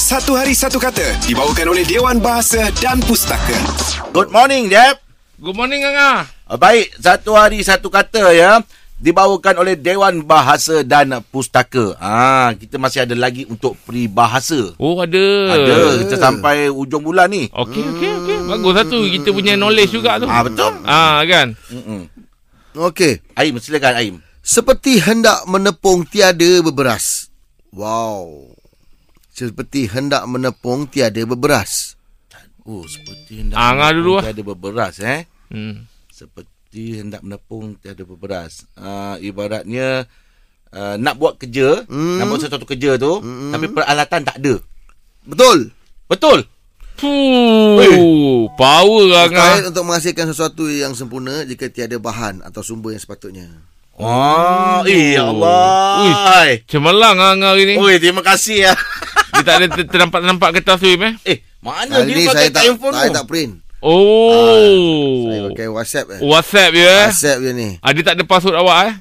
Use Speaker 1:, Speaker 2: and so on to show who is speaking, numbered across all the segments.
Speaker 1: Satu Hari Satu Kata dibawakan oleh Dewan Bahasa dan Pustaka.
Speaker 2: Good morning, Jeb.
Speaker 3: Good morning, Angah.
Speaker 2: Uh, Baik, satu hari satu kata ya. Dibawakan oleh Dewan Bahasa dan Pustaka. Ah, kita masih ada lagi untuk peribahasa.
Speaker 3: Oh, ada.
Speaker 2: Ada, kita sampai ujung bulan ni.
Speaker 3: Okey,
Speaker 4: Hmm.
Speaker 3: okey, okey. Bagus lah tu. Kita punya knowledge juga tu.
Speaker 2: Ah, betul.
Speaker 3: Ah, kan?
Speaker 2: Mm-mm.
Speaker 4: Okey.
Speaker 2: Aim, silakan Aim.
Speaker 4: Seperti hendak menepung tiada berberas. Wow. Seperti hendak menepung tiada berberas.
Speaker 2: Oh, seperti hendak
Speaker 3: Ah,
Speaker 2: menepung
Speaker 3: Angah dulu lah.
Speaker 2: Tiada berberas eh.
Speaker 3: Hmm.
Speaker 2: Seperti hendak menepung tiada berberas. Ah, ibaratnya Uh, nak buat kerja mm. Nak buat sesuatu kerja tu mm. Tapi peralatan tak ada
Speaker 4: Betul.
Speaker 2: Betul
Speaker 3: Fuh, power lah, Angah.
Speaker 4: Mustahil untuk menghasilkan sesuatu yang sempurna jika tiada bahan atau sumber yang sepatutnya.
Speaker 2: Oh, eh ya
Speaker 3: Ui.
Speaker 2: Allah. Ui.
Speaker 3: Cemerlang ah, Angah hari ni.
Speaker 2: Ui, terima kasih ya.
Speaker 3: Dia tak ada ter- ternampak-nampak kertas tu,
Speaker 4: Ah,
Speaker 3: Im, eh?
Speaker 2: Eh, mana
Speaker 4: Hari
Speaker 2: dia
Speaker 4: ni
Speaker 2: kau
Speaker 4: saya
Speaker 2: tak
Speaker 4: tak,
Speaker 2: handphone
Speaker 4: saya
Speaker 2: tu?
Speaker 4: tak print.
Speaker 3: Oh.
Speaker 4: Saya pakai WhatsApp. Eh.
Speaker 3: WhatsApp je, eh?
Speaker 4: WhatsApp je ni.
Speaker 3: Ah, dia tak ada password awak, eh?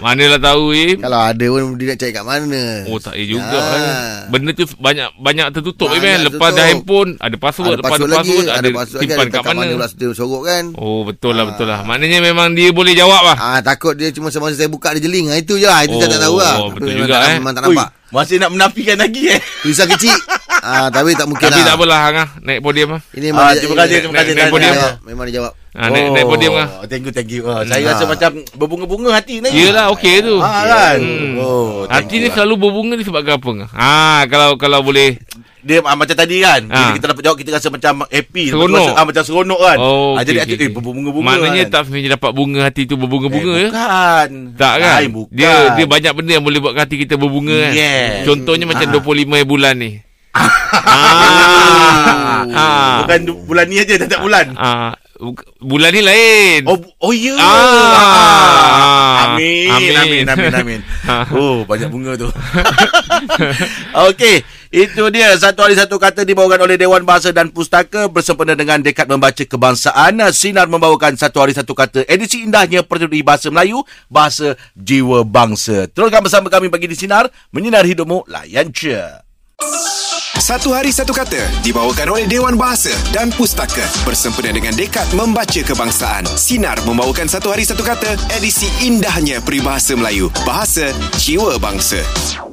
Speaker 3: Manalah tahu, Im.
Speaker 4: Kalau ada pun dia nak cari kat mana.
Speaker 3: Oh tak ya juga
Speaker 4: Ah.
Speaker 3: kan. Benda tu banyak banyak tertutup
Speaker 4: Banyak
Speaker 3: Banyak Lepas dah
Speaker 4: tertutup.
Speaker 3: handphone ada
Speaker 4: Ada
Speaker 3: password, lepas
Speaker 4: password
Speaker 3: ada
Speaker 4: lagi,
Speaker 3: password
Speaker 4: ada password lagi,
Speaker 3: simpan
Speaker 4: ada
Speaker 3: kat mana.
Speaker 4: mana pula dia sorok kan.
Speaker 3: Oh betul lah betul
Speaker 2: Ah.
Speaker 3: lah. Maknanya memang dia boleh jawab lah.
Speaker 4: Ah takut dia cuma semasa saya buka dia jeling. Ah itu je lah. Itu saya tak tahu lah.
Speaker 3: Oh, betul
Speaker 4: Memang
Speaker 3: juga,
Speaker 4: tak,
Speaker 3: eh.
Speaker 4: Memang tak
Speaker 2: Ui,
Speaker 4: nampak.
Speaker 2: masih nak menafikan lagi eh.
Speaker 4: Tulisan kecil. ah tapi tak mungkin
Speaker 3: Tapi
Speaker 4: lah.
Speaker 3: tak apalah Angah naik podium lah.
Speaker 4: Ini
Speaker 2: Ah,
Speaker 4: memang dia-
Speaker 2: terima
Speaker 4: ini-
Speaker 2: kasih, terima kasih.
Speaker 3: Naik- naik
Speaker 4: Memang
Speaker 3: podium.
Speaker 4: dia
Speaker 2: Tahniah.
Speaker 4: jawab. Memang dia jawab.
Speaker 3: Ha, naik,
Speaker 2: Oh.
Speaker 3: naik podium lah.
Speaker 2: Thank you, thank you. Oh, saya rasa macam berbunga-bunga hati ni.
Speaker 3: Yelah okey tu.
Speaker 2: Ha kan.
Speaker 3: Hmm.
Speaker 2: Oh, thank
Speaker 3: Hati
Speaker 2: you
Speaker 3: ni
Speaker 2: lah.
Speaker 3: selalu berbunga disebabkan apa Angah? Ah kalau kalau boleh.
Speaker 2: dia ah, macam tadi kan.
Speaker 3: Ah.
Speaker 2: Bila kita dapat jawab kita rasa macam happy,
Speaker 3: Seronok.
Speaker 2: Lepas tu rasa, ah, macam seronok kan.
Speaker 3: Oh,
Speaker 2: ah,
Speaker 3: okey,
Speaker 2: jadi
Speaker 3: okey,
Speaker 2: hati
Speaker 3: okey.
Speaker 2: eh, berbunga-bunga.
Speaker 3: Maknanya
Speaker 2: kan.
Speaker 3: tak sebenarnya dapat bunga hati tu berbunga-bunga
Speaker 2: eh,
Speaker 3: ya.
Speaker 2: Bukan.
Speaker 3: Tak kan?
Speaker 2: Lain, bukan. Ah.
Speaker 3: Dia dia banyak benda yang boleh buat hati kita berbunga kan.
Speaker 2: Yes.
Speaker 3: Contohnya macam 25 bulan ni.
Speaker 2: Ah.
Speaker 3: Ah. Ah.
Speaker 2: Bukan du- bulan ni aja, dah tak bulan.
Speaker 3: Ah bu- bulan ni lain.
Speaker 2: Oh, bu- oh ya. Yeah.
Speaker 3: Ah.
Speaker 2: Amin.
Speaker 3: Amin.
Speaker 2: Amin. Amin. Amin. Amin.
Speaker 3: Ah.
Speaker 2: oh, banyak bunga tu. Okey, itu dia satu hari satu kata dibawakan oleh Dewan Bahasa dan Pustaka bersempena dengan Dekat Membaca Kebangsaan. Sinar membawakan satu hari satu kata edisi indahnya Pertutur Bahasa Melayu, Bahasa Jiwa Bangsa. Teruskan bersama kami bagi di Sinar, menyinar hidupmu, layan cer.
Speaker 1: Satu Hari Satu Kata dibawakan oleh Dewan Bahasa dan Pustaka bersempena dengan Dekat Membaca Kebangsaan. Sinar membawakan Satu Hari Satu Kata edisi indahnya peribahasa Melayu, bahasa jiwa bangsa.